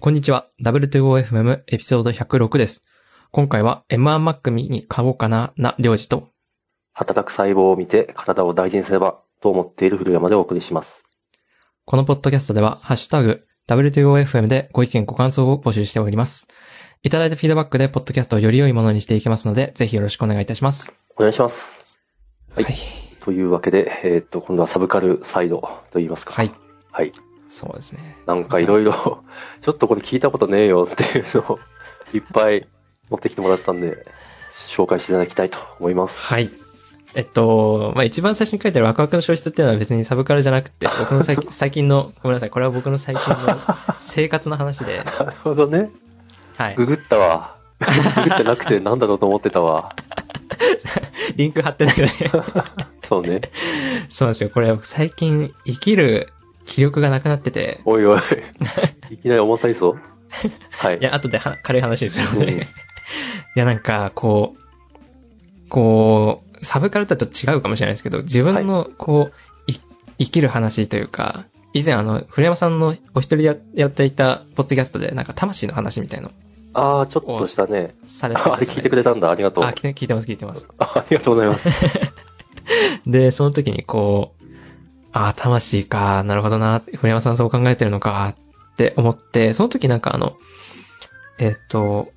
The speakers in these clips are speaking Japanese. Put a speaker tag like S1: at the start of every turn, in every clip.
S1: こんにちは。W2OFM エピソード106です。今回は M1 マックミに買おうかな、な、領事と、
S2: 働く細胞を見て体を大事にすればと思っている古山でお送りします。
S1: このポッドキャストでは、ハッシュタグ、W2OFM でご意見ご感想を募集しております。いただいたフィードバックで、ポッドキャストをより良いものにしていきますので、ぜひよろしくお願いいたします。
S2: お願いします。はい
S1: はい。
S2: というわけで、えーっと、今度はサブカルサイドと言いますか。
S1: はい。
S2: はい。
S1: そうですね。
S2: なんかいろい ろ、ちょっとこれ聞いたことねえよっていうのをいっぱい持ってきてもらったんで、紹介していただきたいと思います。
S1: はい。えっと、まあ、一番最初に書いてあるワクワクの消失っていうのは別にサブカルじゃなくて、僕の 最近最近の、ごめんなさい、これは僕の最近の生活の話で、
S2: なるほどね。
S1: はい
S2: グ。グったわ。ググってなくてなんだろうと思ってたわ。
S1: リンク貼ってないので。
S2: そうね。
S1: そうなんですよ。これ、僕最近生きる気力がなくなってて、
S2: おい おい。いきなり重たいぞ。はい。
S1: いや、後では軽い話にするので、
S2: う ん
S1: いや、なんか、こう、こう、サブカルとはちょっと違うかもしれないですけど、自分の、こう、い生きる話というか、以前、あの、古山さんのお一人でややっていた、ポッドキャストで、なんか、魂の話みたいの、
S2: ああ、ちょっとしたね。
S1: されてたじゃ
S2: あ
S1: な
S2: れ聞いてくれたんだ。ありがとう。
S1: あ、聞いて聞いてます、聞いてます。
S2: ありがとうございます。
S1: で、その時にこう、ああ、魂か、なるほどな、古山さんそう考えてるのか、って思って、その時なんかあの、えっ、と、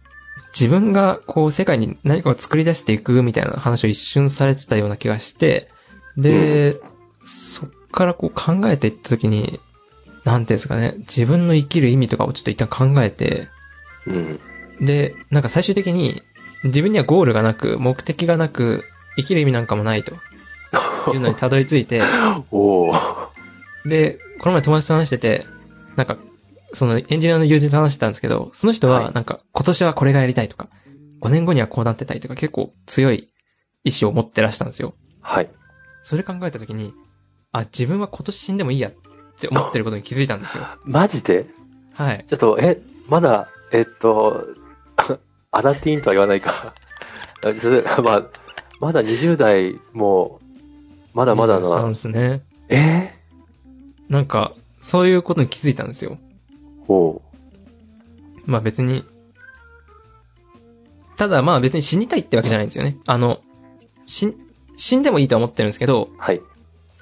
S1: 自分がこう世界に何かを作り出していくみたいな話を一瞬されてたような気がして、で、そっからこう考えていった時に、なんていうんですかね、自分の生きる意味とかをちょっと一旦考えて、
S2: うん。
S1: で、なんか最終的に、自分にはゴールがなく、目的がなく、生きる意味なんかもないというのにたどり着い て、
S2: おお。
S1: で、この前友達と話してて、なんか、そのエンジニアの友人と話してたんですけど、その人
S2: は
S1: は、
S2: い
S1: なんか、今年はこれがやりたいとか、5年後にはこうなってたいとか、結構強い意志を持ってらしたんですよ。
S2: はい。
S1: それ考えた時に、あ、自分は今年死んでもいいやって思ってることに気づいたん ですよ。
S2: マジで
S1: はい。
S2: ちょっと、え、まだ、えっと、 アラティーンとは言わないか。 あそれまあ、まだ20代も、まだまだ
S1: そうで
S2: な。
S1: すね。
S2: え
S1: なんか、そういうことに気づいたんですよ。
S2: お
S1: まあ別に、ただまあ別に死にたいってわけじゃないんですよね。あの、死、死んでもいいとは思ってるんですけど、
S2: はい。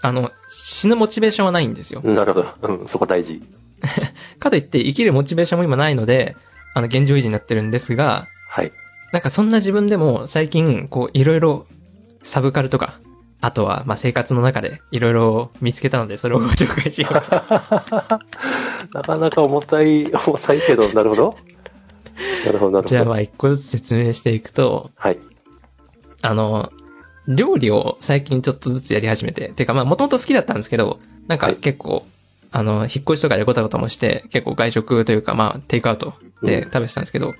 S1: あの、死ぬモチベーションはないんですよ。
S2: なるほど。うん、そこ大事。
S1: かといって生きるモチベーションも今ないので、あの、現状維持になってるんですが、
S2: はい。
S1: なんかそんな自分でも最近、こう、いろいろサブカルとか、あとは、まあ、生活の中でいろいろ見つけたので、それをご紹介しよ う。
S2: なかなか重たい、重たいけど、なるほど。なるほど、なるほど。
S1: じゃあ、まあ、一個ずつ説明していくと、
S2: はい。
S1: あの、料理を最近ちょっとずつやり始めて、てかまあもともと好きだったんですけど、なん
S2: は
S1: か
S2: い
S1: 結構、あの、引っ越しとかでごたごたもして、結構外食というかまあテイクアウトで食べてたんですけど、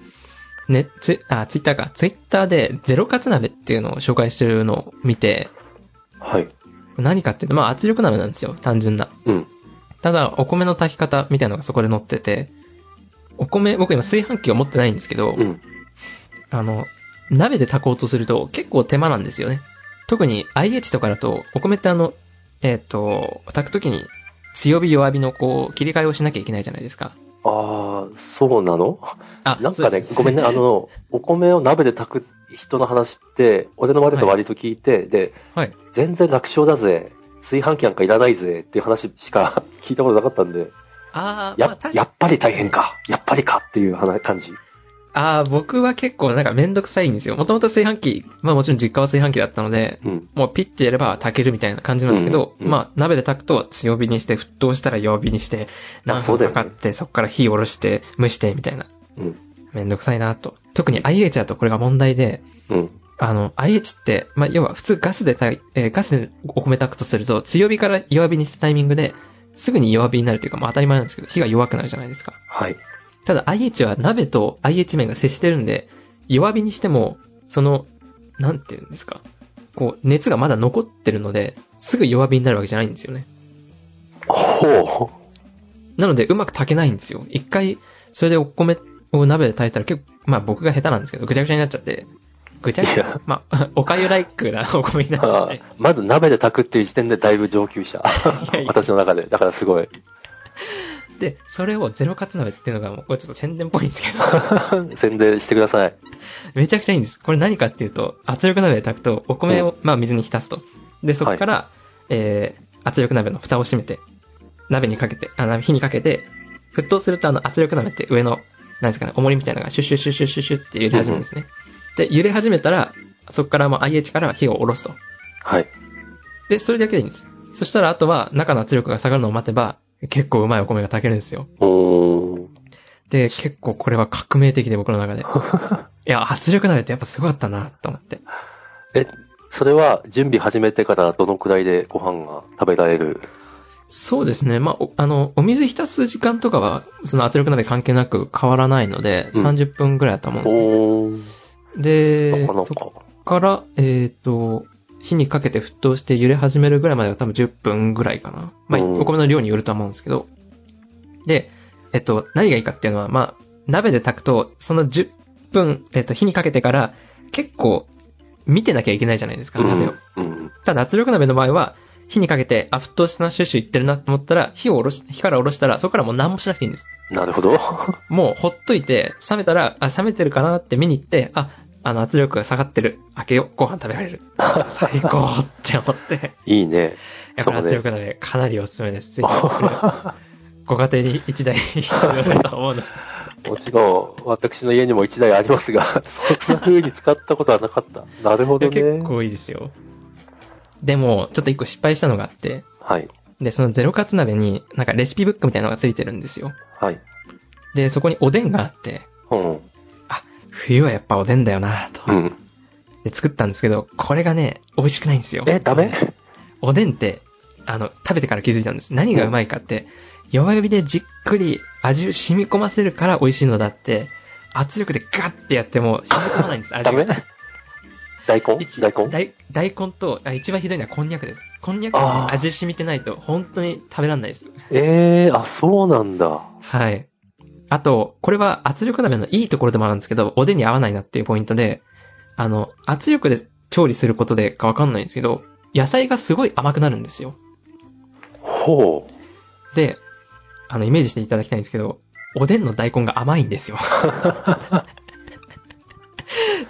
S1: ね、ツイ、あ、ツイッターか、ツイッターでゼロカツ鍋っていうのを紹介してるのを見て、
S2: はい。
S1: 何かっていうと、まあ圧力鍋なんですよ、単純な。
S2: うん。
S1: ただ、お米の炊き方みたいなのがそこで載ってて、お米、僕今炊飯器を持ってないんですけど、
S2: うん。
S1: あの、鍋で炊こうとすると結構手間なんですよね。特に IH とかだと、お米ってあの、えっ、と、炊くときに強火弱火のこう、切り替えをしなきゃいけないじゃないですか。
S2: ああ、そうなの
S1: あ
S2: なんかね、ごめん
S1: ね。
S2: ね、あの、お米を鍋で炊く人の話って、俺の周りと割と聞いて、で、
S1: はい。
S2: 全然楽勝だぜ、炊飯器なんかいらないぜっていう話しか 聞いたことなかったんで、
S1: あー、まあ、
S2: や
S1: 確
S2: や
S1: か
S2: っぱり大変か、やっぱりかっていう話感じ。
S1: あー僕は結構なんかめんどくさいんですよ。もともと炊飯器、まあもちろん実家は炊飯器だったので、
S2: うん。
S1: もうピッてやれば炊けるみたいな感じなんですけど、
S2: うんうん
S1: まあ鍋で炊くと強火にして、沸騰したら弱火にして、何
S2: そ
S1: 分
S2: うだよ
S1: か
S2: ね
S1: かって、そこから火を下ろして、蒸してみたいな。
S2: うん。
S1: めんどくさいなと。特に IH だとこれが問題で、
S2: うん。
S1: あの、IH って、まあ、要は普通ガスで炊い、えーガスでお米炊くとすると、強火から弱火にしたタイミングで、すぐに弱火になるというか、まあ、当たり前なんですけど、火が弱くなるじゃないですか。
S2: はい。
S1: ただ IH は鍋と IH 面が接してるんで、弱火にしても、その、なんていうんですか。こう、熱がまだ残ってるので、すぐ弱火になるわけじゃないんですよね。
S2: ほ
S1: なので、うまく炊けないんですよ。一回、それでお米を鍋で炊いたら結構、まあ僕が下手なんですけど、ぐちゃぐちゃになっちゃって、ぐちゃぐち
S2: い
S1: ゃ、まあ、 おかゆライクなお米にな
S2: う。
S1: っちゃっ
S2: あ
S1: て
S2: ー。 まず鍋で炊くっていう時点でだいぶ上級者
S1: いやいや。
S2: 私の中で。だからすごい。
S1: で、それをゼロカツ鍋っていうのがもう、これちょっと宣伝っぽいんですけど、
S2: 宣伝してください。
S1: めちゃくちゃいいんです。これ何かっていうと、圧力鍋で炊くと、お米を、まあ水に浸すと。で、そこから、えー、圧力鍋の蓋を閉めて、鍋にかけて、あ、鍋火にかけて、沸騰するとあの圧力鍋って上の、なんですかね、重りみたいなのがシュッシュッシュッシュッシュッシュッって揺れ始めるんですね。で、揺れ始めたら、そこからもう IH から火を下ろすと。
S2: はい。
S1: で、それだけでいいんです。そしたらあとは中の圧力が下がるのを待てば、結構うまいお米が炊けるんですよ。
S2: おー。
S1: で、結構これは革命的で僕の中で。いや、圧力鍋ってやっぱすごかったなと思って。
S2: え、それは準備始めてからどのくらいでご飯が食べられる
S1: そうですね。まあ、おあの、お水浸す時間とかは、その圧力鍋関係なく変わらないので、
S2: うん
S1: 30分ぐらいだと思うんですね。
S2: おー。
S1: で、
S2: なかな
S1: そ
S2: か。
S1: こから、えっ、と、火にかけて沸騰して揺れ始めるぐらいまでは多分10分ぐらいかな。まあ、
S2: うん
S1: お米の量によるとは思うんですけど。で、えっと、何がいいかっていうのは、まあ、鍋で炊くと、その10分、えっと、火にかけてから、結構、見てなきゃいけないじゃないですか、鍋を。
S2: うん。うん。
S1: ただ圧力鍋の場合は、火にかけて、あ、沸騰したな、シュッシュいってるなと思ったら、火を下ろし、火から下ろしたら、そこからもう何もしなくていいんです。
S2: なるほど。
S1: もうほっといて、冷めたら、あ、冷めてるかなって見に行って、あ、あの圧力が下がってる。開けよう。ご飯食べられ る。最高って思って。
S2: いいね。
S1: やっ
S2: そ
S1: ぱ
S2: う
S1: 圧
S2: ね。
S1: 力鍋、かなりおすすめです。ぜひ、 ご家庭に一台必要だと 思うので。
S2: もちろん、私の家にも1台ありますが、 そんな風に使ったことはなかった。なるほどね。
S1: 結構いいですよ。でも、ちょっと一個失敗したのがあって、
S2: はい。
S1: で、そのゼロカツ鍋に、なんかレシピブックみたいなのがついてるんですよ。
S2: はい。
S1: で、そこにおでんがあって、
S2: うん。
S1: あ、冬はやっぱおでんだよなと、
S2: うん。
S1: で作ったんですけど、これがね、美味しくないんですよ。
S2: え、ダメ
S1: おでんって、あの、食べてから気づいたんです。何がうまいかって、弱火でじっくり味を染み込ませるから美味しいのだって、圧力でガッてやっても染み込まないんです、味
S2: ダメ大根
S1: 一
S2: 大根
S1: 大大根とあ、一番ひどいのはこんにゃくです。こんにゃくはね
S2: あー
S1: 味染みてないと、本当に食べらんないです。
S2: えー、あ、そうなんだ。
S1: はい。あと、これは圧力鍋のいいところでもあるんですけど、おでんに合わないなっていうポイントで、あの、圧力で調理することでかわかんないんですけど、野菜がすごい甘くなるんですよ。
S2: ほう。
S1: で、あの、イメージしていただきたいんですけど、おでんの大根が甘いんです よ。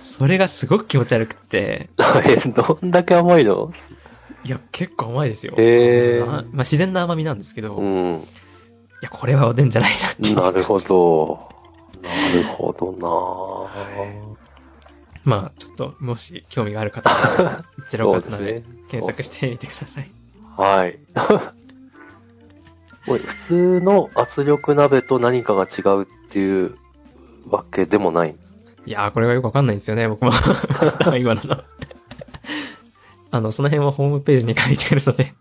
S1: それがすごく気持ち悪くって、
S2: え、どんだけ甘いの
S1: いや、結構甘いですよ。
S2: へー
S1: あまあ、自然な甘みなんですけど、い
S2: うん。
S1: や、これはおでんじゃないなっていう
S2: なるほど。なるほどなぁ
S1: まあ、ちょっと、もし興味がある方 は、ゼロカツ鍋、
S2: そうですね
S1: 検索してみてください。
S2: はい。これ普通の圧力鍋と何かが違うっていうわけでもない。
S1: いやー、これがよくわかんないんですよね、 僕も。今のの。あの、その辺はホームページに書いてあるので。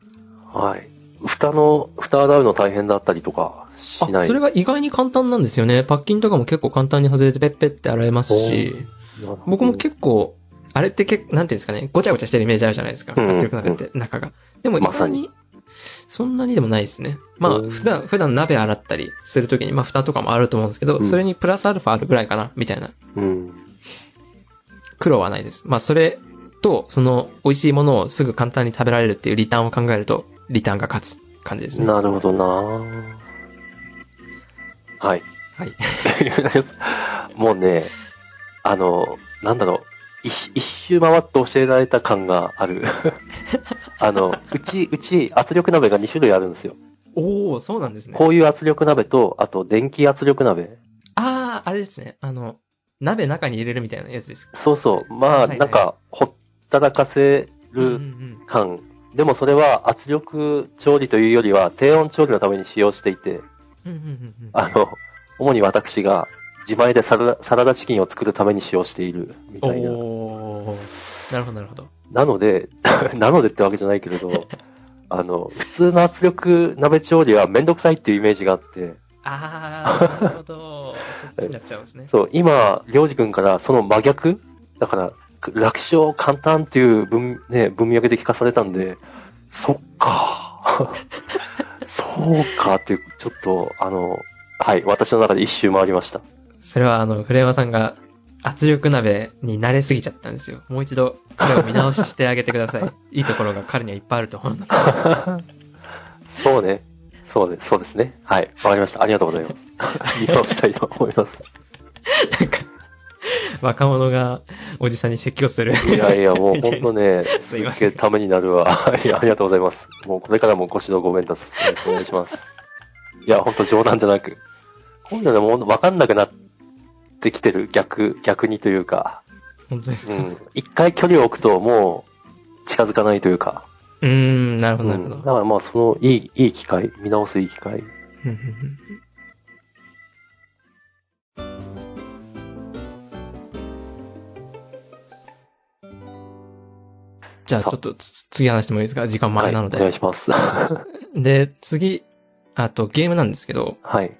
S2: はい。蓋の、蓋洗うの大変だったりとかし
S1: あ、
S2: ない。
S1: それは意外に簡単なんですよね。パッキンとかも結構簡単に外れてペッペって洗えますし、
S2: なるほど
S1: 僕も結構、あれって結構、なんていうんですかね、ごちゃごちゃしてるイメージあるじゃないですか。
S2: うん
S1: 圧力鍋って、中が。でも意
S2: まさ
S1: 外
S2: に
S1: に、そんなにでもないですね。まあ、
S2: うん
S1: 普段、普段鍋洗ったりするときに、まあ、蓋とかもあると思うんですけど、
S2: うん
S1: それにプラスアルファあるぐらいかな、みたいな。
S2: うん。
S1: 苦労はないです。まあ、それと、その、美味しいものをすぐ簡単に食べられるっていうリターンを考えると、リターンが勝つ感じですね。
S2: なるほどなぁはい。
S1: はい。
S2: もうね、あの、なんだろう、一一周回って教えられた感がある。 あの、うち、うち圧力鍋が2種類あるんですよ。
S1: おー、そうなんですね。
S2: こういう圧力鍋と、あと電気圧力鍋。
S1: あー、あれですね。あの、鍋中に入れるみたいなやつです。
S2: そうそう。ま
S1: は
S2: あ、
S1: いはい
S2: なんか、ほったらかせ
S1: うんうんう
S2: る
S1: ん。
S2: 感。でもそれは圧力調理というよりは低温調理のために使用していて、
S1: うんうんうんうん。
S2: あの、主に私が自前でサラダサラダチキンを作るために使用しているみたいな。
S1: おー。なるほど、なるほど。
S2: なので、 なのでってわけじゃないけれど、あの、普通の圧力鍋調理はめんどくさいっていうイメージがあって、
S1: あー、なるほど。 そっちになっちゃうんですね。
S2: そう、今、りょうじくんからその真逆だから、く楽勝簡単っていう文,、ね、文脈で聞かされたんで、そっか。そうかっていう、ちょっと、あの、はい、私の中で一周回りました。
S1: それは、あの、フレーマさんが圧力鍋に慣れすぎちゃったんですよ。もう一度、彼を見直し してあげてください。いいところが彼にはいっぱいあると思うので。
S2: そうね。そうです、そうですね。はい。わかりました。ありがとうございます。 見直したいと思います。
S1: なんか、 若者がおじさんに説教する。
S2: いやいや、もう本当 ね、す
S1: すい
S2: っ
S1: ま
S2: げ
S1: せん
S2: えためになるわ。はい、ありがとうございます。もうこれからもご指導ご鞭達、よろしくお願いします。いや、本当冗談じゃなく、こういうのでもうわかんなくなってきてる、逆、逆にというか、
S1: 本当です
S2: う
S1: か。
S2: ん。一回距離を置くと、もう、近づかないというか、
S1: うーん、なるほ
S2: う
S1: ど、なるほ
S2: ん。だ
S1: ど。
S2: からまあ、その、いい、いい機会、見直すいい機
S1: うん
S2: 会。
S1: うんうんじゃあ、ち
S2: さあ
S1: ょっとつ次話してもいいですか時間前なので。
S2: はい、お願いします。 は
S1: で、次、あとゲームなんですけど、
S2: い。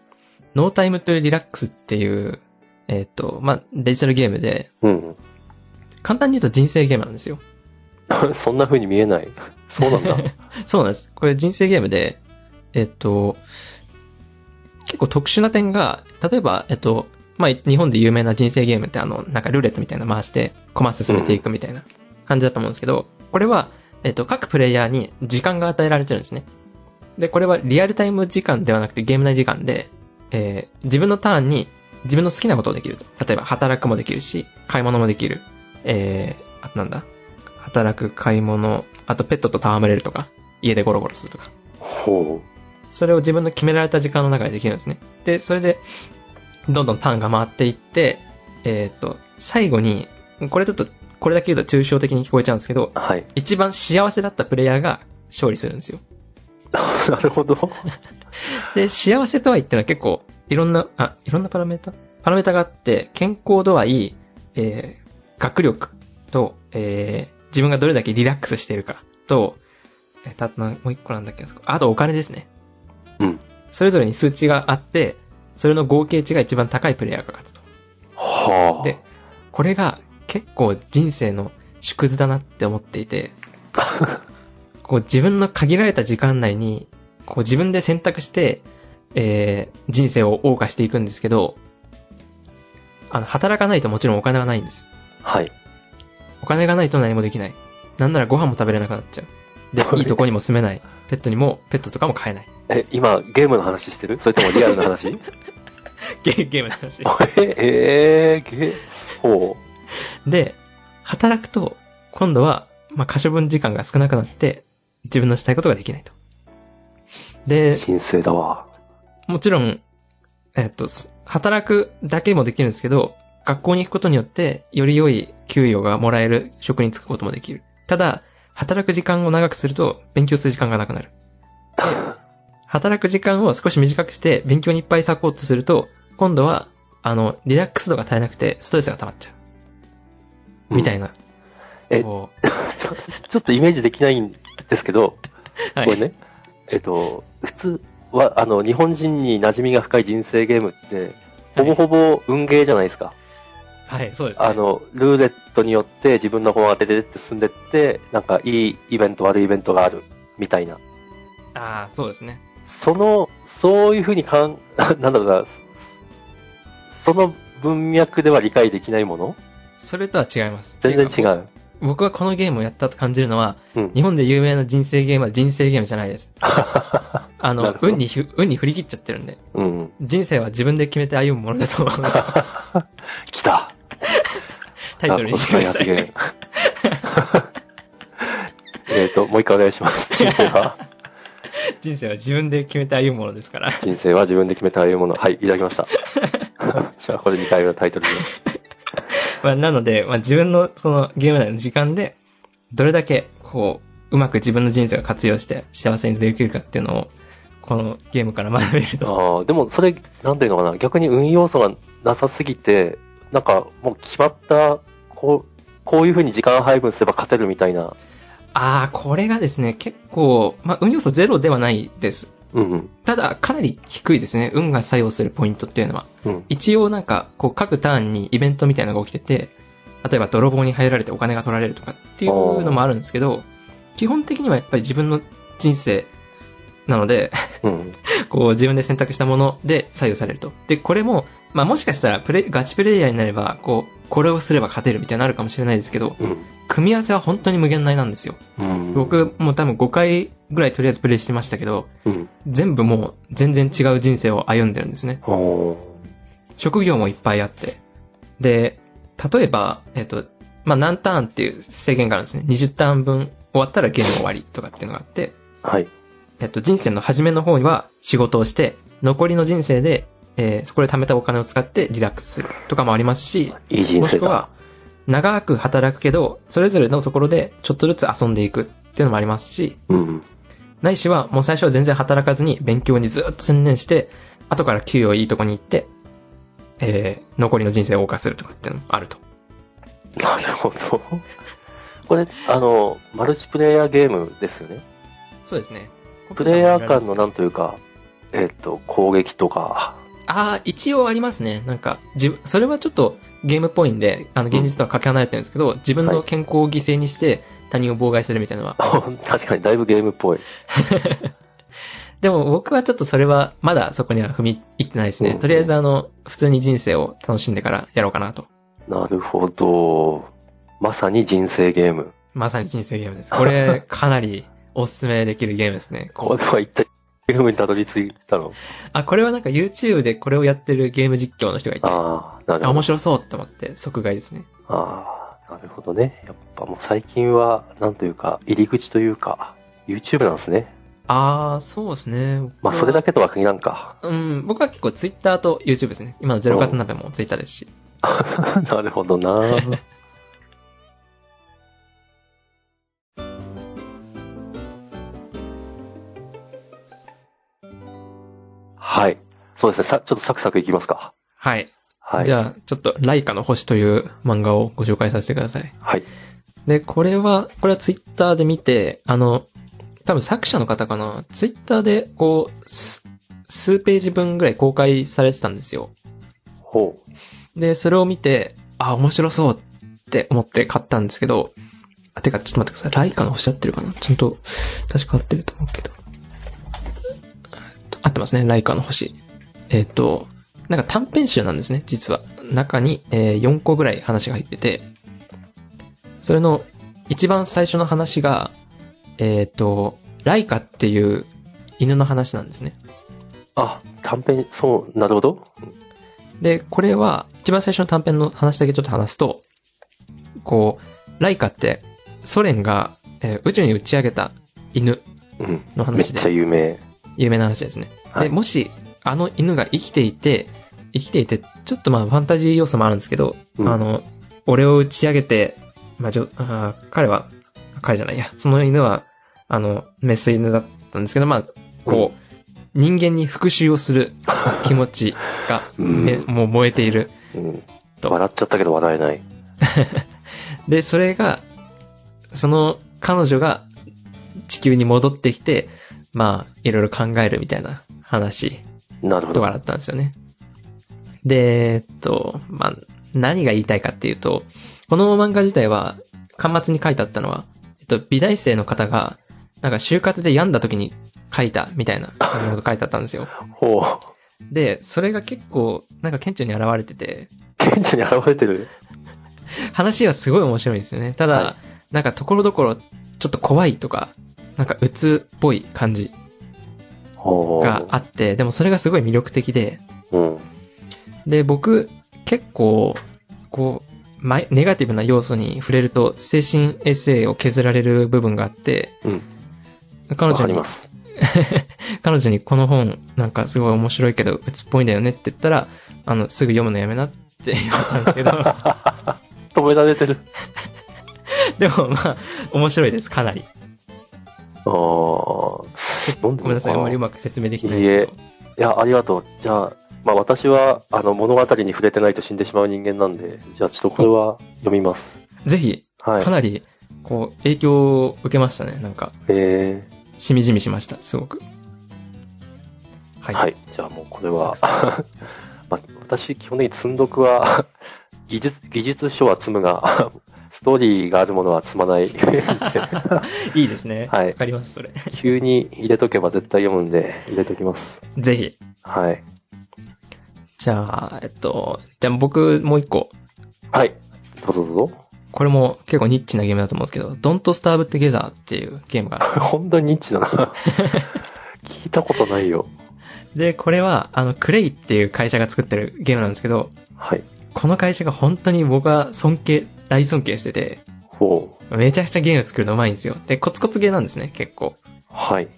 S1: ノータイムというリラックスっていう、えっ、と、まあ、デジタルゲームで、
S2: うん。
S1: 簡単に言うと人生ゲームなんですよ。
S2: そんな風に見えない。そうなんだ。
S1: そうなんです。これ人生ゲームで、えっと、結構特殊な点が、例えば、えっと、まあ、日本で有名な人生ゲームってあの、なんかルーレットみたいな回して、コマ進めていくみたいな感じだと思うんですけど、これは、えっと、各プレイヤーに時間が与えられてるんですね。で、これはリアルタイム時間ではなくてゲーム内時間で、えー自分のターンに自分の好きなことをできると。例えば、働くもできるし、買い物もできる。えー、あとなんだ働く、買い物、あとペットと戯れるとか、家でゴロゴロするとか。
S2: ほ
S1: それを自分の決められた時間の中でできるんですね。で、それで、どんどんターンが回っていって、えーっと、最後に、これちょっと、これだけ言うと抽象的に聞こえちゃうんですけど、
S2: う。はい。
S1: 一番幸せだったプレイヤーが勝利するんですよ。
S2: なるほど。
S1: で、幸せとは言ってのは結構、いろんな、あ、いろんなパラメータパラメータがあって、健康度合い、えー、学力と、えー、自分がどれだけリラックスしているかと、えーと、あとなもう一個なんだっけ、あそこあとお金ですね。
S2: うん。
S1: それぞれに数値があって、それの合計値が一番高いプレイヤーが勝つと。
S2: はあ。
S1: で、これが結構人生の縮図だなって思ってい て、こう自分の限られた時間内に、こう自分で選択して、えー、人生を謳歌していくんですけど、あの、働かないともちろんお金はないんです。
S2: はい。
S1: お金がないと何もできない。なんならご飯も食べれなくなっちゃう。で、いいとこにも住めない。ペットにも、ペットとかも飼えない。
S2: え、今、ゲームの話してるそれともリアルな 話
S1: ゲゲームの話。
S2: え、えー、ゲ、ほ
S1: で、働くと、今度は、まあ、可処分時間が少なくなって、自分のしたいことができないと。
S2: う。
S1: で、
S2: 神聖だわ。
S1: もちろん、えっと、す働くだけもできるんですけど、学校に行くことによって、より良い給与がもらえる職に就くこともできる。ただ、働く時間を長くすると、勉強する時間がなくなる。働く時間を少し短くして、勉強にいっぱい割こうとすると、今度は、あの、リラックス度が足りなくて、ストレスが溜まっちゃう。みたい
S2: な。
S1: な。
S2: え
S1: こう
S2: ちょちょっとイメージできないんですけど、
S1: はい
S2: これね、えっと、普通は、あの、日本人に馴染みが深い人生ゲームって、ほぼほぼ運ゲーじゃないですか。
S1: はい、そうです、ね。
S2: あ、の、ルーレットによって自分の方を当ててって進んでって、なんかいいイベント、悪いイベントがある、みたいな。
S1: ああ、そうですね。
S2: その、そういうふうにかん、 なんだろうな、すすその文脈では理解できないもの
S1: それとは違います。
S2: 全然
S1: ってい
S2: 違
S1: か。
S2: う。
S1: こ僕はこのゲームをやったと感じるのは、
S2: うん
S1: 日。本で有名な人生ゲームは人生ゲームじゃないです。あ
S2: な
S1: の
S2: る、ほど
S1: 運にひ、運に振り切っちゃってるんで、
S2: うん。
S1: 人生は自分で決めて歩むものだと
S2: 来た。
S1: タイトルにしてくださ
S2: あ
S1: い。。
S2: この開発言 えっと、もう一回お願い します。人生は
S1: 人生は自分で決めて歩むものですから。
S2: 人生は自分で決めたああいうもの。はい、いただきました。 じゃあ、これ2回目のタイトルです。
S1: まあ、なので、まあ、自分のそのゲーム内の時間で、どれだけ、こう、うまく自分の人生を活用して幸せにできるかっていうのを、このゲームから学べると。
S2: ああ、でもそれ、なんていうのかな、逆に運要素がなさすぎて、なんかもう決まった、こう、こういうふうに時間配分すれば勝てるみたいな。
S1: ああ、これがですね、結構、まあ、運要素ゼロではないです。
S2: うんうん。
S1: ただ、かなり低いですね。運が作用するポイントっていうのは。
S2: うん。
S1: 一応なんか、こう、各ターンにイベントみたいなのが起きてて、例えば泥棒に入られてお金が取られるとかっていうのもあるんですけど、基本的にはやっぱり自分の人生なので、
S2: うん。
S1: こう、自分で選択したもので左右されると。で、これも、まあもしかしたらプレイ、ガチプレイヤーになれば、こう、これをすれば勝てるみたいなのあるかもしれないですけど、
S2: うん。
S1: 組み合わせは本当に無限大なんですよ。
S2: うん。
S1: 僕もう多分5回ぐらいとりあえずプレイしてましたけど、
S2: うん。
S1: 全部もう全然違う人生を歩んでるんですね。
S2: おー
S1: 職業もいっぱいあって。で、例えば、えっと、まあ、何ターンっていう制限があるんですね。20ターン分終わったらゲーム終わりとかっていうのがあって、
S2: はい。
S1: えっと、人生の初めの方には仕事をして、残りの人生で、えーそこで貯めたお金を使ってリラックスするとかもありますし、
S2: いい人
S1: もし
S2: 生
S1: く
S2: だ
S1: は。、長く働くけど、それぞれのところでちょっとずつ遊んでいくっていうのもありますし、
S2: うん。
S1: ないしはもう最初は全然働かずに勉強にずっと専念して、後から給与いいとこに行って、えー、残りの人生を謳歌するとかっていうのもあると。
S2: なるほど。 これ、あの、マルチプレイヤーゲームですよね。
S1: そうですね。
S2: プレイヤー間のなんというか、えっ、と、攻撃とか、
S1: ああ、一応ありますね。なんか、自分、それはちょっとゲームっぽいんで、あの、現実とはかけ離れてるんですけど、自分の健康を犠牲にして他人を妨害するみたいなのは。
S2: 確かにだいぶゲームっぽい。
S1: でも僕はちょっとそれは、まだそこには踏み入ってないですね。
S2: うん
S1: とりあえずあの、普通に人生を楽しんでからやろうかなと。
S2: なるほど。まさに人生ゲーム。
S1: まさに人生ゲームです。これ、かなりおすすめできるゲームですね。
S2: これは一体ゲームにたどり着いたの
S1: あ、これはなんか YouTube でこれをやってるゲーム実況の人がいて、あ、
S2: ああ、なるほ
S1: 面
S2: ど。
S1: 白そうって思って即買いですね。
S2: ああ、なるほどね。やっぱもう最近は、なんというか、入り口というか、YouTube なんですね。
S1: あー、そうですね。
S2: まあ、それだ
S1: け。
S2: けとは限らんか。
S1: うん、僕は結構 Twitter と YouTube ですね。今のゼロカット鍋も Twitter ですし。
S2: なるほどな。はい。そうですね。さ、ちょっとサクサクいきますか。
S1: はい。
S2: はい。
S1: じゃあ、ちょっと、ライカの星という漫画をご紹介させてください。
S2: はい。
S1: で、これは、これは Twitter で見て、あの、多分作者の方かな、Twitter で、こう、す数ページ分ぐらい公開されてたんですよ。
S2: ほう。
S1: で、それを見て、あ、面白そうって思って買ったんですけど、あ、てか、ちょっと待ってください。ライカの星合ってるかなちゃんと、確か合ってると思うけど。えっと合ってますね。ライカの星。えっ、と、なんか短編集なんですね、実は。中に、えー4個ぐらい話が入ってて、それの一番最初の話が、えっ、と、ライカっていう犬の話なんですね。
S2: あ、短編、そう、なるほど。
S1: で、これは、一番最初の短編の話だけちょっと話すと、こう、ライカって、ソ連が、えー宇宙に打ち上げた犬
S2: うん。
S1: の
S2: めっ
S1: 話
S2: ちゃ
S1: で、
S2: 有名。
S1: 有名な話ですね。
S2: はい
S1: で、もし、あの犬が生きていて、生きていて、ちょっとまあファンタジー要素もあるんですけど、
S2: うん
S1: あの、俺を打ち上げて、まあ、じょあー彼は、彼じゃないや、その犬は、あの、メス犬だったんですけど、まあ、こう、人間に復讐をする気持ちが、ね
S2: うん
S1: もう燃えている。
S2: うん。
S1: と
S2: 笑っちゃったけど笑えない。
S1: で、それが、その彼女が地球に戻ってきて、まあ、いろいろ考えるみたいな話
S2: なるほ
S1: とか
S2: ど。
S1: だったんですよね。で、えっと、まあ、何が言いたいかっていうと、この漫画自体は、端末に書いてあったのは、えっと、美大生の方が、なんか就活で病んだ時に書いたみたいなのが書いてあったんですよ。
S2: ほう。
S1: で、それが結構、なんか顕著に現れてて、
S2: 顕著に現れてる。
S1: 話はすごい面白いんですよね。ただ、
S2: は
S1: なんかところどころちょっと怖いとか、なんか鬱っぽい感じ
S2: ほう。
S1: があって、でもそれがすごい魅力的で、
S2: うん。
S1: で、僕結構、こう、マイネガティブな要素に触れると精神衛生を削られる部分があって、
S2: うん。
S1: 彼
S2: わか
S1: 女
S2: り
S1: に
S2: ま、す。
S1: 彼女にこの本なんかすごい面白いけど鬱っぽいんだよねって言ったら、あの、すぐ読むのやめなって言われたんです けど、
S2: 止められてる。
S1: でもまあ、面白いです、かなり。
S2: あー飲んで
S1: ご
S2: みようか
S1: めんなさい、あんまりうまく説明できてない
S2: いいえ
S1: ですけど。
S2: いや、ありがとう。じゃあ、まあ私は、あの、物語に触れてないと死んでしまう人間なんで、じゃあちょっとこれは読みます。
S1: ぜひ、
S2: はい
S1: か。なり、こう、影響を受けましたね。なんか、
S2: え
S1: しみじみしました、すごく。は
S2: ー、
S1: い。
S2: はい。じゃあもうこれは、
S1: サ
S2: まあ、私、基本的に積んどくは、技術、技術書は積むが、 ストーリーがあるものは積ま ない。
S1: いいですね。
S2: はい
S1: わかります、それ。
S2: 急に入れとけば絶対読むんで、入れときます。
S1: ぜひ。
S2: はい。
S1: じゃあ、えっと、じゃあ僕、もう一個、
S2: はい。どうぞどうぞ。
S1: これも結構ニッチなゲームだと思うんですけど、Don't Starve Together っていうゲームがある。
S2: 本当にニッ チだな。聞いたことないよ。
S1: で、これは、あの、クレイっていう会社が作ってるゲームなんですけど、
S2: はい。
S1: この会社が本当に僕は尊敬、大尊敬してて、
S2: ほう。
S1: めちゃくちゃゲーム作るのうまいんですよ。で、コツコツゲーなんですね、結構。
S2: はい。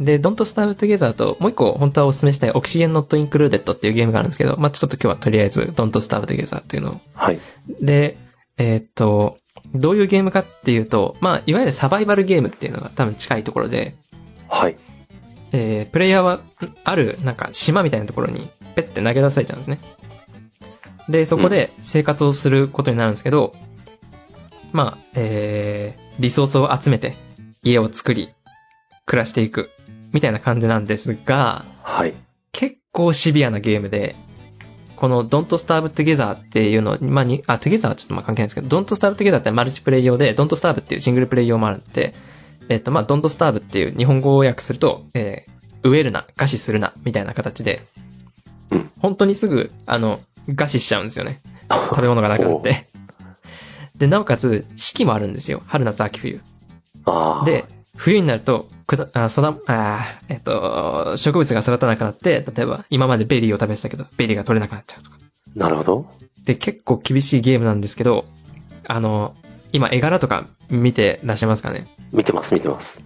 S1: で、Don't Starve Together と、もう一個本当はおすすめしたい、Oxygen Not Included っていうゲームがあるんですけど、まあちょっと今日はとりあえず Don't Starve Together っていうのを
S2: はい。
S1: で、えーっと、どういうゲームかっていうと、まあ、いわゆるサバイバルゲームっていうのが多分近いところで、
S2: はい。
S1: えー、プレイヤーは、んある、なんか、島みたいなところに、ペッて投げ出されちゃうんですね。で、そこで生活をすることになるんですけど、まあ、えー、リソースを集めて、家を作り、暮らしていく、みたいな感じなんですが、
S2: はい。
S1: 結構シビアなゲームで、この Don't Starve Together っていうの、まあ、に、あ、Together はちょっとまあ関係ないんですけど、Don't Starve Together ってマルチプレイ用で、Don't Starve っていうシングルプレイ用もあるんで、えっと、まあ、Don't Starve っていう日本語を訳すると、えー、飢えるな、餓死するな、みたいな形で、
S2: うん
S1: 本当にすぐ、あの、餓死しちゃうんですよね。食べ物がなくなって。で、なおかつ、四季もあるんですよ。春、夏、秋、冬。
S2: ああ。
S1: で、、冬になると、くだ、あ、育、あーえっと、植物が育たなくなって、例えば今までベリーを食べてたけど、ベリーが取れなくなっちゃうとか。
S2: なるほど。
S1: で、結構厳しいゲームなんですけど、あの、今絵柄とか見てらっしゃいますかね
S2: 見てます、見てます。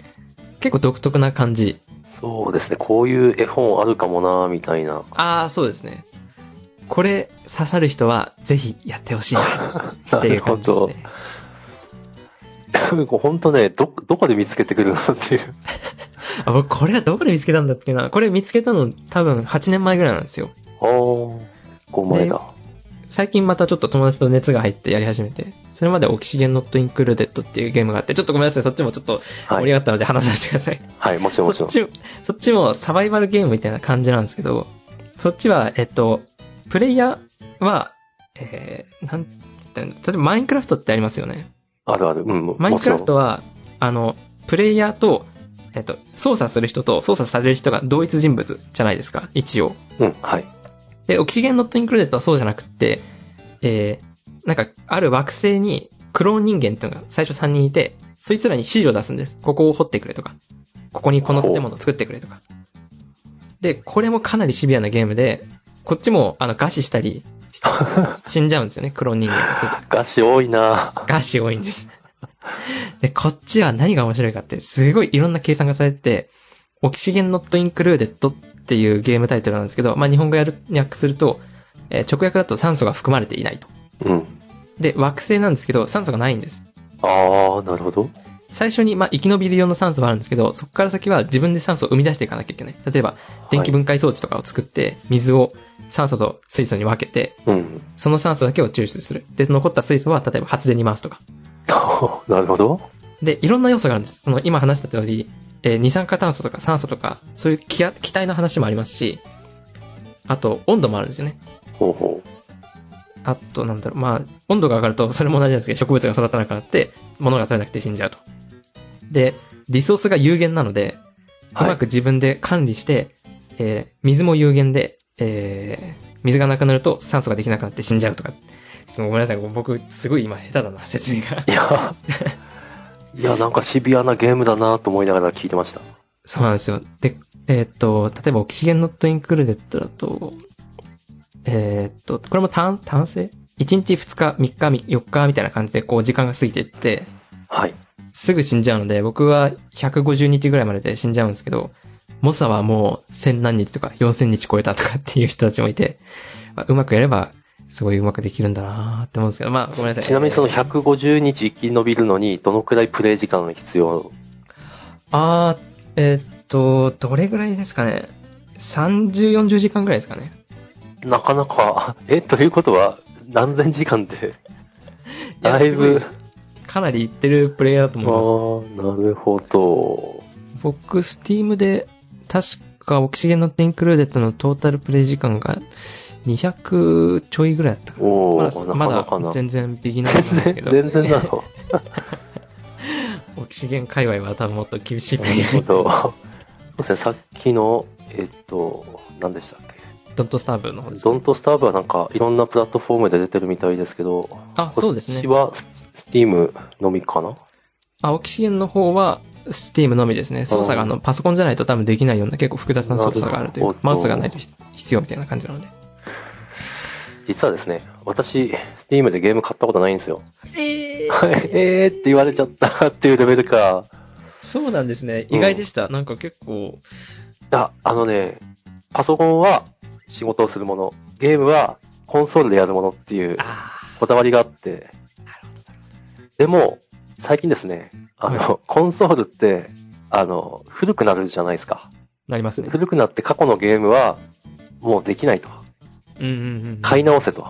S1: 結構独特な感じ。
S2: そうですね。こういう絵本あるかもな、みたいな。
S1: あー、そうですね。これ、刺さる人は、ぜひやってほしいな、っていう感じです ね。
S2: ほんとね、ど、 どこで見つけてくるのっ ていう。
S1: あ、僕、これはどこで見つけたんだっけな。これ見つけたの多分8年前ぐらいなんですよ。
S2: あー。5枚だ。
S1: 最近またちょっと友達と熱が入ってやり始めて、それまでオキシゲンノットインクルーデッドっていうゲームがあって、ちょっとごめんなさい、そっちもちょっと盛
S2: は
S1: り上
S2: い。
S1: がったので話させてください。
S2: はい、もちろんもち
S1: そ
S2: ろ
S1: っ
S2: ん。
S1: ちも、そっちもサバイバルゲームみたいな感じなんですけど、そっちは、えっと、プレイヤーは、えー、なんて言ったらいいの例えばマインクラフトってありますよね。
S2: あるある。うん、も
S1: マインクラフ
S2: も
S1: トは、あの、プレイヤーと、えっと、操作する人と操作される人が同一人物じゃないですか、一応。
S2: ちろん。うん、はい。
S1: で、オキシゲンノットインクルーデットはそうじゃなくって、えー、なんか、ある惑星にクローン人間っていうのが最初3人いて、そいつらに指示を出すんです。ここを掘ってくれとか、ここにこの建物を作ってくれとか。で、これもかなりシビアなゲームで、こっちも、あの、餓死したりして、死んじゃうんですよね、クローン人間がすぐ。
S2: ガシ多いな。
S1: 餓死多いんです。で、こっちは何が面白いかって、すごいいろんな計算がされてて、オキシゲンノットインクルーデッドっていうゲームタイトルなんですけど、まあ日本語やる、訳すると、えー直訳だと酸素が含まれていないと。
S2: うん。
S1: で、惑星なんですけど、酸素がないんです。
S2: あー、なるほど。
S1: 最初に、まあ、生き延びる用の酸素はあるんですけど、そこから先は自分で酸素を生み出していかなきゃいけない。例えば、電気分解装置とかを作って、水を酸素と水素に分けて、
S2: うん。
S1: その酸素だけを抽出する。で、残った水素は、例えば発電に回すとか。
S2: なるほど。
S1: で、いろんな要素があるんです。その、今話した通り、えー二酸化炭素とか酸素とか、そういう気圧気体の話もありますし、あと、温度もあるんですよね。
S2: ほうほ
S1: あと、なんだろう、まあ、温度が上がると、それも同じなんですけど、植物が育たなくなって、物が取れなくて死んじゃうと。で、リソースが有限なので、
S2: う。はいう
S1: まく自分で管理して、えー水も有限で、えー水がなくなると酸素ができなくなって死んじゃうとか。ごめんなさい、僕、すごい今下手だな、説明が
S2: い。や、 いや、なんかシビアなゲームだなと思いながら聞いてました。
S1: そうなんですよ。で、えーっと、例えばオキシゲンノットインクルーデッドだと、えーっと、これも単、単性 ?1 日2日、3日、み4日みたいな感じで、こう時間が過ぎていって、
S2: はい。
S1: すぐ死んじゃうので、僕は150日ぐらいまでで死んじゃうんですけど、モサはもう1000何日とか4000日超えたとかっていう人たちもいて、まあうまくやれば、すごいうまくできるんだなーって思うんですけど、まあごめんなさい。
S2: ちなみにその150日生き延びるのに、どのくらいプレイ時間が必要
S1: あー、えーっと、どれぐらいですかね。30、40時間ぐらいですかね。
S2: なかなか、 え、ということは、何千時間で、
S1: や
S2: だいぶ
S1: す、かなりいってるプレイヤーだと
S2: ああ
S1: 思いま
S2: ー、なるほど。
S1: す。僕、Steam で、確か、オキシゲンのテインクルーデッドのトータルプレイ時間が200ちょいぐらいだったかな。
S2: お
S1: まだ
S2: お、なかなか
S1: まだ
S2: な。
S1: 全然ビギナーなんです
S2: 全
S1: け
S2: 然、
S1: ど、
S2: 全然なの。
S1: オキシゲン界隈は多分もっと厳しいプ
S2: な
S1: レイヤ
S2: るほ
S1: ー。
S2: ど。そうですね、さっきの、えっと、何でしたっけ
S1: ドントスターブの方です
S2: ドントスターブはなんか、いろんなプラットフォームで出てるみたいですけど、
S1: あ、そうですね
S2: こっち。はスティームのみかな
S1: 青木資源の方は、Steam のみですね。操作があの、パソコンじゃないと多分できないような結構複雑な操作があるとい
S2: な
S1: う
S2: るほど、
S1: マウスがないと必必要みたいな感じなので。
S2: 実はですね、私、スティームでゲーム買ったことないんですよ。
S1: え
S2: はい えーって言われちゃったっていうレベルか。
S1: そうなんですね。
S2: うん
S1: 意外でした。なんか結構、
S2: あ、あのね、パソコンは仕事をするもの、ゲームはコンソールでやるものっていう
S1: あ
S2: こだわりがあって、
S1: あ、なるほど。
S2: でも、最近ですね、あの、コンソールって、あの、古くなるじゃないですか。
S1: なりますね。
S2: 古くなって過去のゲームは、もうできないと。
S1: うんうんうん。
S2: 買い直せと。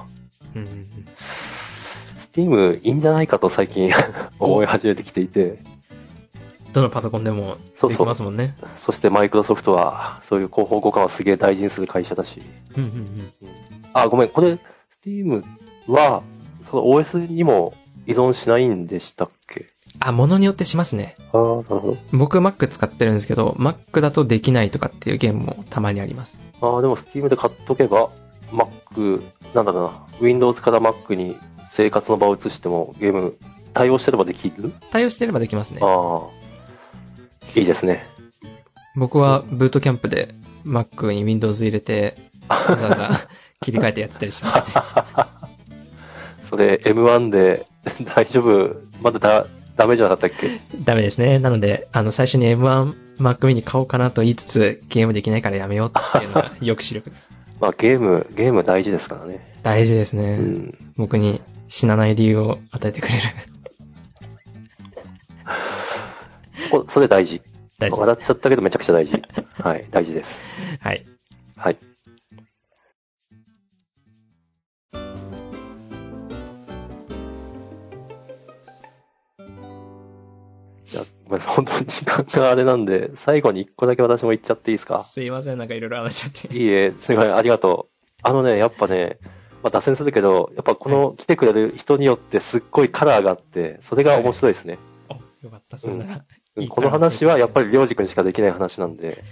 S1: うんうんうん。
S2: スティームいいんじゃないかと最近 思い始めてきていて、
S1: どのパソコンでも
S2: そう
S1: でき
S2: そう
S1: ますもんね。
S2: そしてマイクロソフトは、そういう広報互換をすげえ大事にする会社だし、
S1: うんうんうん。
S2: あ、ごめん、これ、Steam は、その OS にも依存しないんでしたっけ
S1: あ、ものによってしますね。
S2: ああ、なるほ
S1: 僕 Mac 使ってるんですけど、Mac だとできないとかっていうゲームもたまにあります。
S2: ど。ああ、でも Steam で買っとけば、Mac、なんだろうな、Windows から Mac に生活の場を移してもゲーム対応してればできる、
S1: 対応してればできますね。
S2: ああ、いいですね。
S1: 僕はブートキャンプで Mac に Windows 入れて、わざわ ざ切り替えてやってたりしましたね。
S2: それ M1 で 大丈夫、まだだダメじゃなかったっけ
S1: ダメですね。なので、あの、最初に M1 Mac mini 買おうかなと言いつつ、ゲームできないからやめようっていうのが抑止力です。
S2: まあゲーム、ゲーム大事ですからね。
S1: 大事ですね。
S2: うん。
S1: 僕に死なない理由を与えてくれる。
S2: こそれ大事。
S1: 大事で
S2: 笑っちゃったけどめちゃくちゃ 大事。はい、大事です。
S1: す。はい。
S2: はい。いや、ごめんなさい本当に時間があれなんで、最後に一個だけ私も言っちゃっていいですか
S1: すいません、なんかいろいろ話しちゃって。
S2: いいえ、すごい、ありがとう。あのね、やっぱね、まあ、脱線するけど、やっぱこの来てくれる人によってすっごいカラーがあって、それが面白いですね。
S1: お、よかった、そんなら。
S2: うん
S1: いい
S2: この話はやっぱりりょうじくんしかできない話なんで、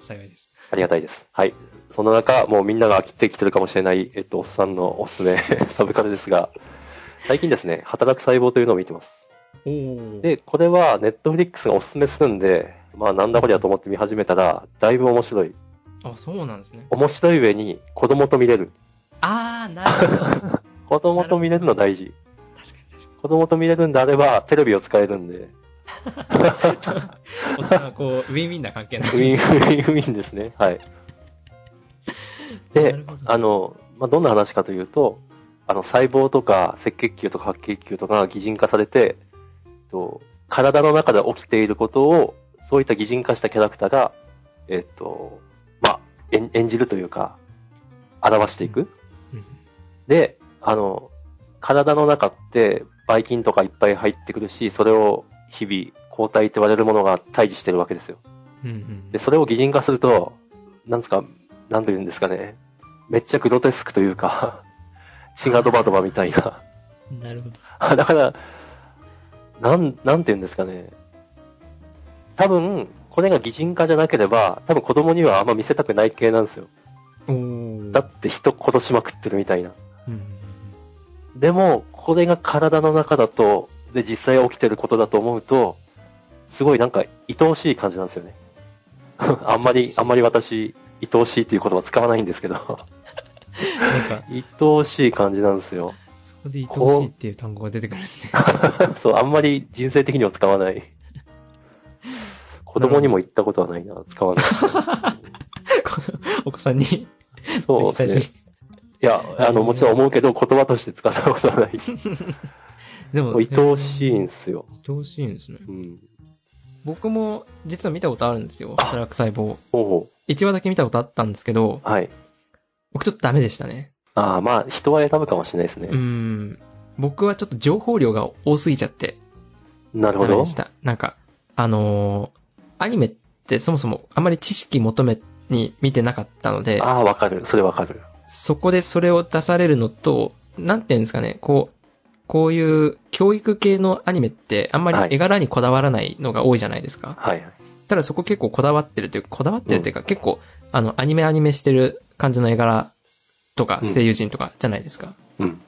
S1: 幸いです。
S2: ありがたいです。はい。そんな中、もうみんなが飽きてきてるかもしれない、えっと、おっさんのおすすめ、 サブカルですが、最近ですね、働く細胞というのを見てます。
S1: おー。
S2: で、これはネットフリックスがおすすめするんで、まあなんだこりゃと思って見始めたら、だいぶ面白い。
S1: あ、そうなんですね。
S2: 面白い上に子供と見 れる。
S1: あー、なる ほど。確かに
S2: 子供と見れるの大事。
S1: 確
S2: 子供と見れるんであれば、テレビを使えるんで、
S1: かに。大人はこう、ウィンウィンな関係な
S2: ウィンウ ィンウィンですね。はい。
S1: な
S2: で
S1: るほ、ど
S2: あの、まあ、どんな話かというと、あの、細胞とか赤血球とか白血球とかが擬人化されて、と体の中で起きていることを、そういった擬人化したキャラクターが、えっと、まあ、演演じるというか、表していく。
S1: うん
S2: で、あの、体の中って、ばい菌とかいっぱい入ってくるし、それを日々、抗体って言われるものが退治してるわけですよ。
S1: うんうん
S2: で、それを擬人化すると、なんですか、なんと言うんですかね。めっちゃグロテスクというか、 血がドバドバみたいな。
S1: うん。なるほど。
S2: あだから、なん、なんて言うんですかね。多分、これが擬人化じゃなければ、多分子供にはあんま見せたくない系なんですよ。
S1: おー。
S2: だって人殺しまくってるみたいな。
S1: うんうんうん
S2: でも、これが体の中だと、で、実際起きてることだと思うと、すごいなんか、愛おしい感じなんですよね。 あんまり、あんまり私、愛おしいっていう言葉使わないんですけど、
S1: なんか、
S2: 愛おしい感じなんですよ。
S1: そこで愛おしいっていう単語が出てくるんですね。
S2: そう、あんまり人生的には使わない。子供にも言ったことはないな、使わない。
S1: このお子さんに、ぜ
S2: そう
S1: ひ最
S2: です ね
S1: 初。に。
S2: いや、あの、もちろん思うけど、言葉として使ったことはない。
S1: で
S2: もう愛おしいんですよ。
S1: 愛おしいんですね。
S2: うん。
S1: 僕も、実は見たことあるんですよ。働く細胞。
S2: おう
S1: 1話だけ見たことあったんですけど、
S2: はい。
S1: 僕ちょっとダメでしたね。
S2: ああ、まあ、人は選ぶかもしれないですね。
S1: うん。僕はちょっと情報量が多すぎちゃって、
S2: なるほ
S1: ダメ
S2: ど
S1: でし。た。なんか、あのーアニメってそもそもあまり知識求めに見てなかったので、
S2: ああ、わかる。それわかる。
S1: そこでそれを出されるのと、なんていうんですかね、こう、こういう教育系のアニメってあんまり絵柄にこだわらないのが多いじゃないですか。
S2: はい。
S1: ただそこ結構こだわってるというか、こだわってるというか、結構あの、アニメアニメしてる感じの絵柄とか、
S2: うん
S1: 声優陣とかじゃないですか。
S2: うん。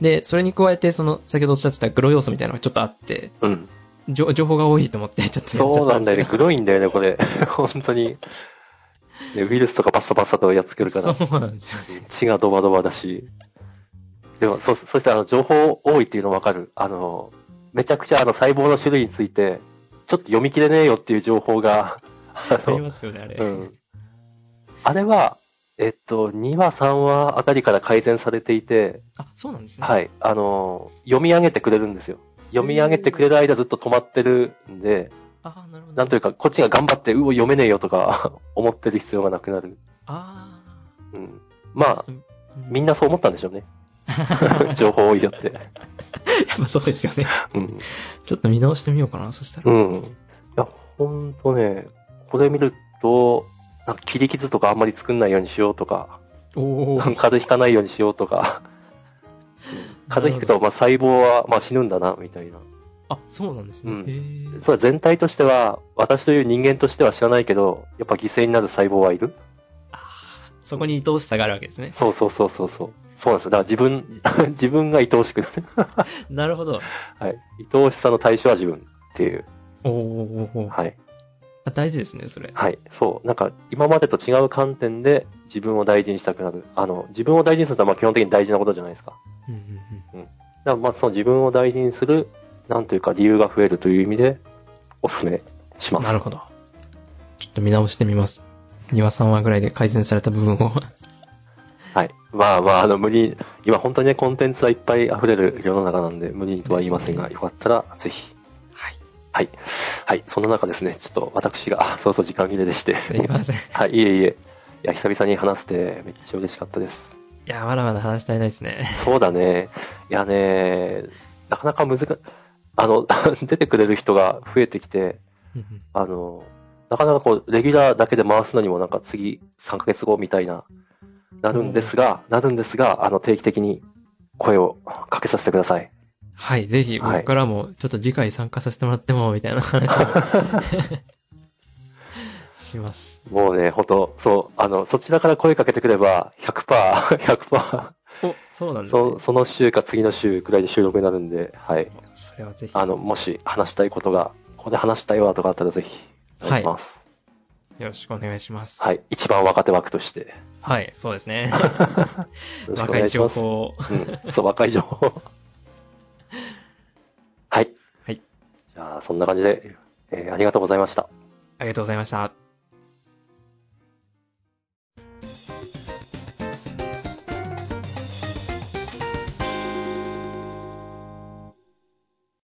S1: で、それに加えて、その、先ほどおっしゃってたグロ要素みたいなのがちょっとあって、
S2: うん。
S1: じょ情報が多いと思って、 ちょっと
S2: そうなんだよね。
S1: やっちゃっ
S2: グロいんだよね、これ。 本当に。ね、ウイルスとかバッサバッサとやっつける
S1: た
S2: か
S1: んです。け
S2: ら
S1: ど。そうなんですよ。
S2: 血がドバドバだし。でも、そ、そしてあの、情報多いっていうのわかる。あの、めちゃくちゃあの、細胞の種類について、ちょっと読み切れねえよっていう情報が、あ
S1: あり
S2: の、
S1: ますよね、あれ。
S2: うん。あれは、えっと、2話、3話あたりから改善されていて、
S1: あ、そうなんですね。
S2: はい、あの、読み上げてくれるんですよ。読み上げてくれる間ずっと止まってるんで、
S1: あーなるほど。
S2: なんというか、こっちが頑張って、うお、読めねえよとか 思ってる必要がなくなる。
S1: ああ。
S2: うん。まあ、みんなそう思ったんでし ょうね。情報多いよっ て。
S1: やっぱそうですよね。
S2: うん。
S1: ちょっと見直してみようかな、そしたら。
S2: うん。いや、ほんとね、これ見ると、なんか切り傷とかあんまり作んないようにしようとか、
S1: おー
S2: 風邪ひかないようにしようとか、風邪ひくと、まあ、細胞は、まあ、死ぬんだな、みたいな。
S1: あ、そうなんですね。
S2: うん
S1: へー
S2: それは全体としては、私という人間としては知らないけど、やっぱ犠牲になる細胞はいる
S1: あーそこに愛おしさがあるわけですね。
S2: そうそうそうそうそう。そうなんですよ。だから自分、 自分が愛おしくなる。
S1: なるほど。
S2: はい。愛おしさの対象は自分っていう。
S1: おーおーおー
S2: はい。
S1: あ大事ですね、それ。
S2: はい。そう。なんか、今までと違う観点で自分を大事にしたくなる。あの、自分を大事にするのはまあ基本的に大事なことじゃないですか。
S1: うんうんうん
S2: だからまあ、その自分を大事にする、なんというか理由が増えるという意味で、おすすめします。
S1: なるほど。ちょっと見直してみます。2話3話ぐらいで改善された部分を。
S2: はい。まあまあ、あの、無理に、今本当にね、コンテンツはいっぱい溢れる世の中なんで、無理にとは言いませんが、よかったら、ぜひ。
S1: はい。
S2: はい。はい。そんな中ですね、ちょっと私が、あ、そうそう時間切れでして。
S1: すいません。い
S2: はい、いえいえ。いや、久々に話して、めっちゃ嬉しかったです。
S1: や、まだまだ話したいですね。
S2: そうだね。いやね、なかなか難し、あの、 出てくれる人が増えてきて、
S1: うんうん
S2: あの、なかなかこう、レギュラーだけで回すのにもなんか次3ヶ月後みたいな、なるんですが、なるんですが、あの、定期的に声をかけさせてくださ い。
S1: はい、ぜひ
S2: はい
S1: 僕からも、ちょっと次回参加させてもらっても、みたいな 話をします。
S2: もうね、ほんと、そう、あの、そちらから声かけてくれば100%、100%、
S1: お、そうなんですね
S2: そその週か次の週くらいで収録になるんで、はい。
S1: それはぜひ。
S2: あの、もし話したいことが、ここで話したいわとかあったらぜひ、お願いします。
S1: よろしくお願いします。。
S2: はいい。一番若手枠として。よ
S1: はい、そうですね。
S2: ろしくお
S1: 若
S2: 願
S1: い
S2: いし
S1: 情
S2: ます。
S1: 報を。
S2: うん。そう、若い情報。はい。
S1: はい。
S2: じゃあ、そんな感じで、えーありがとうございました。
S1: ありがとうございました。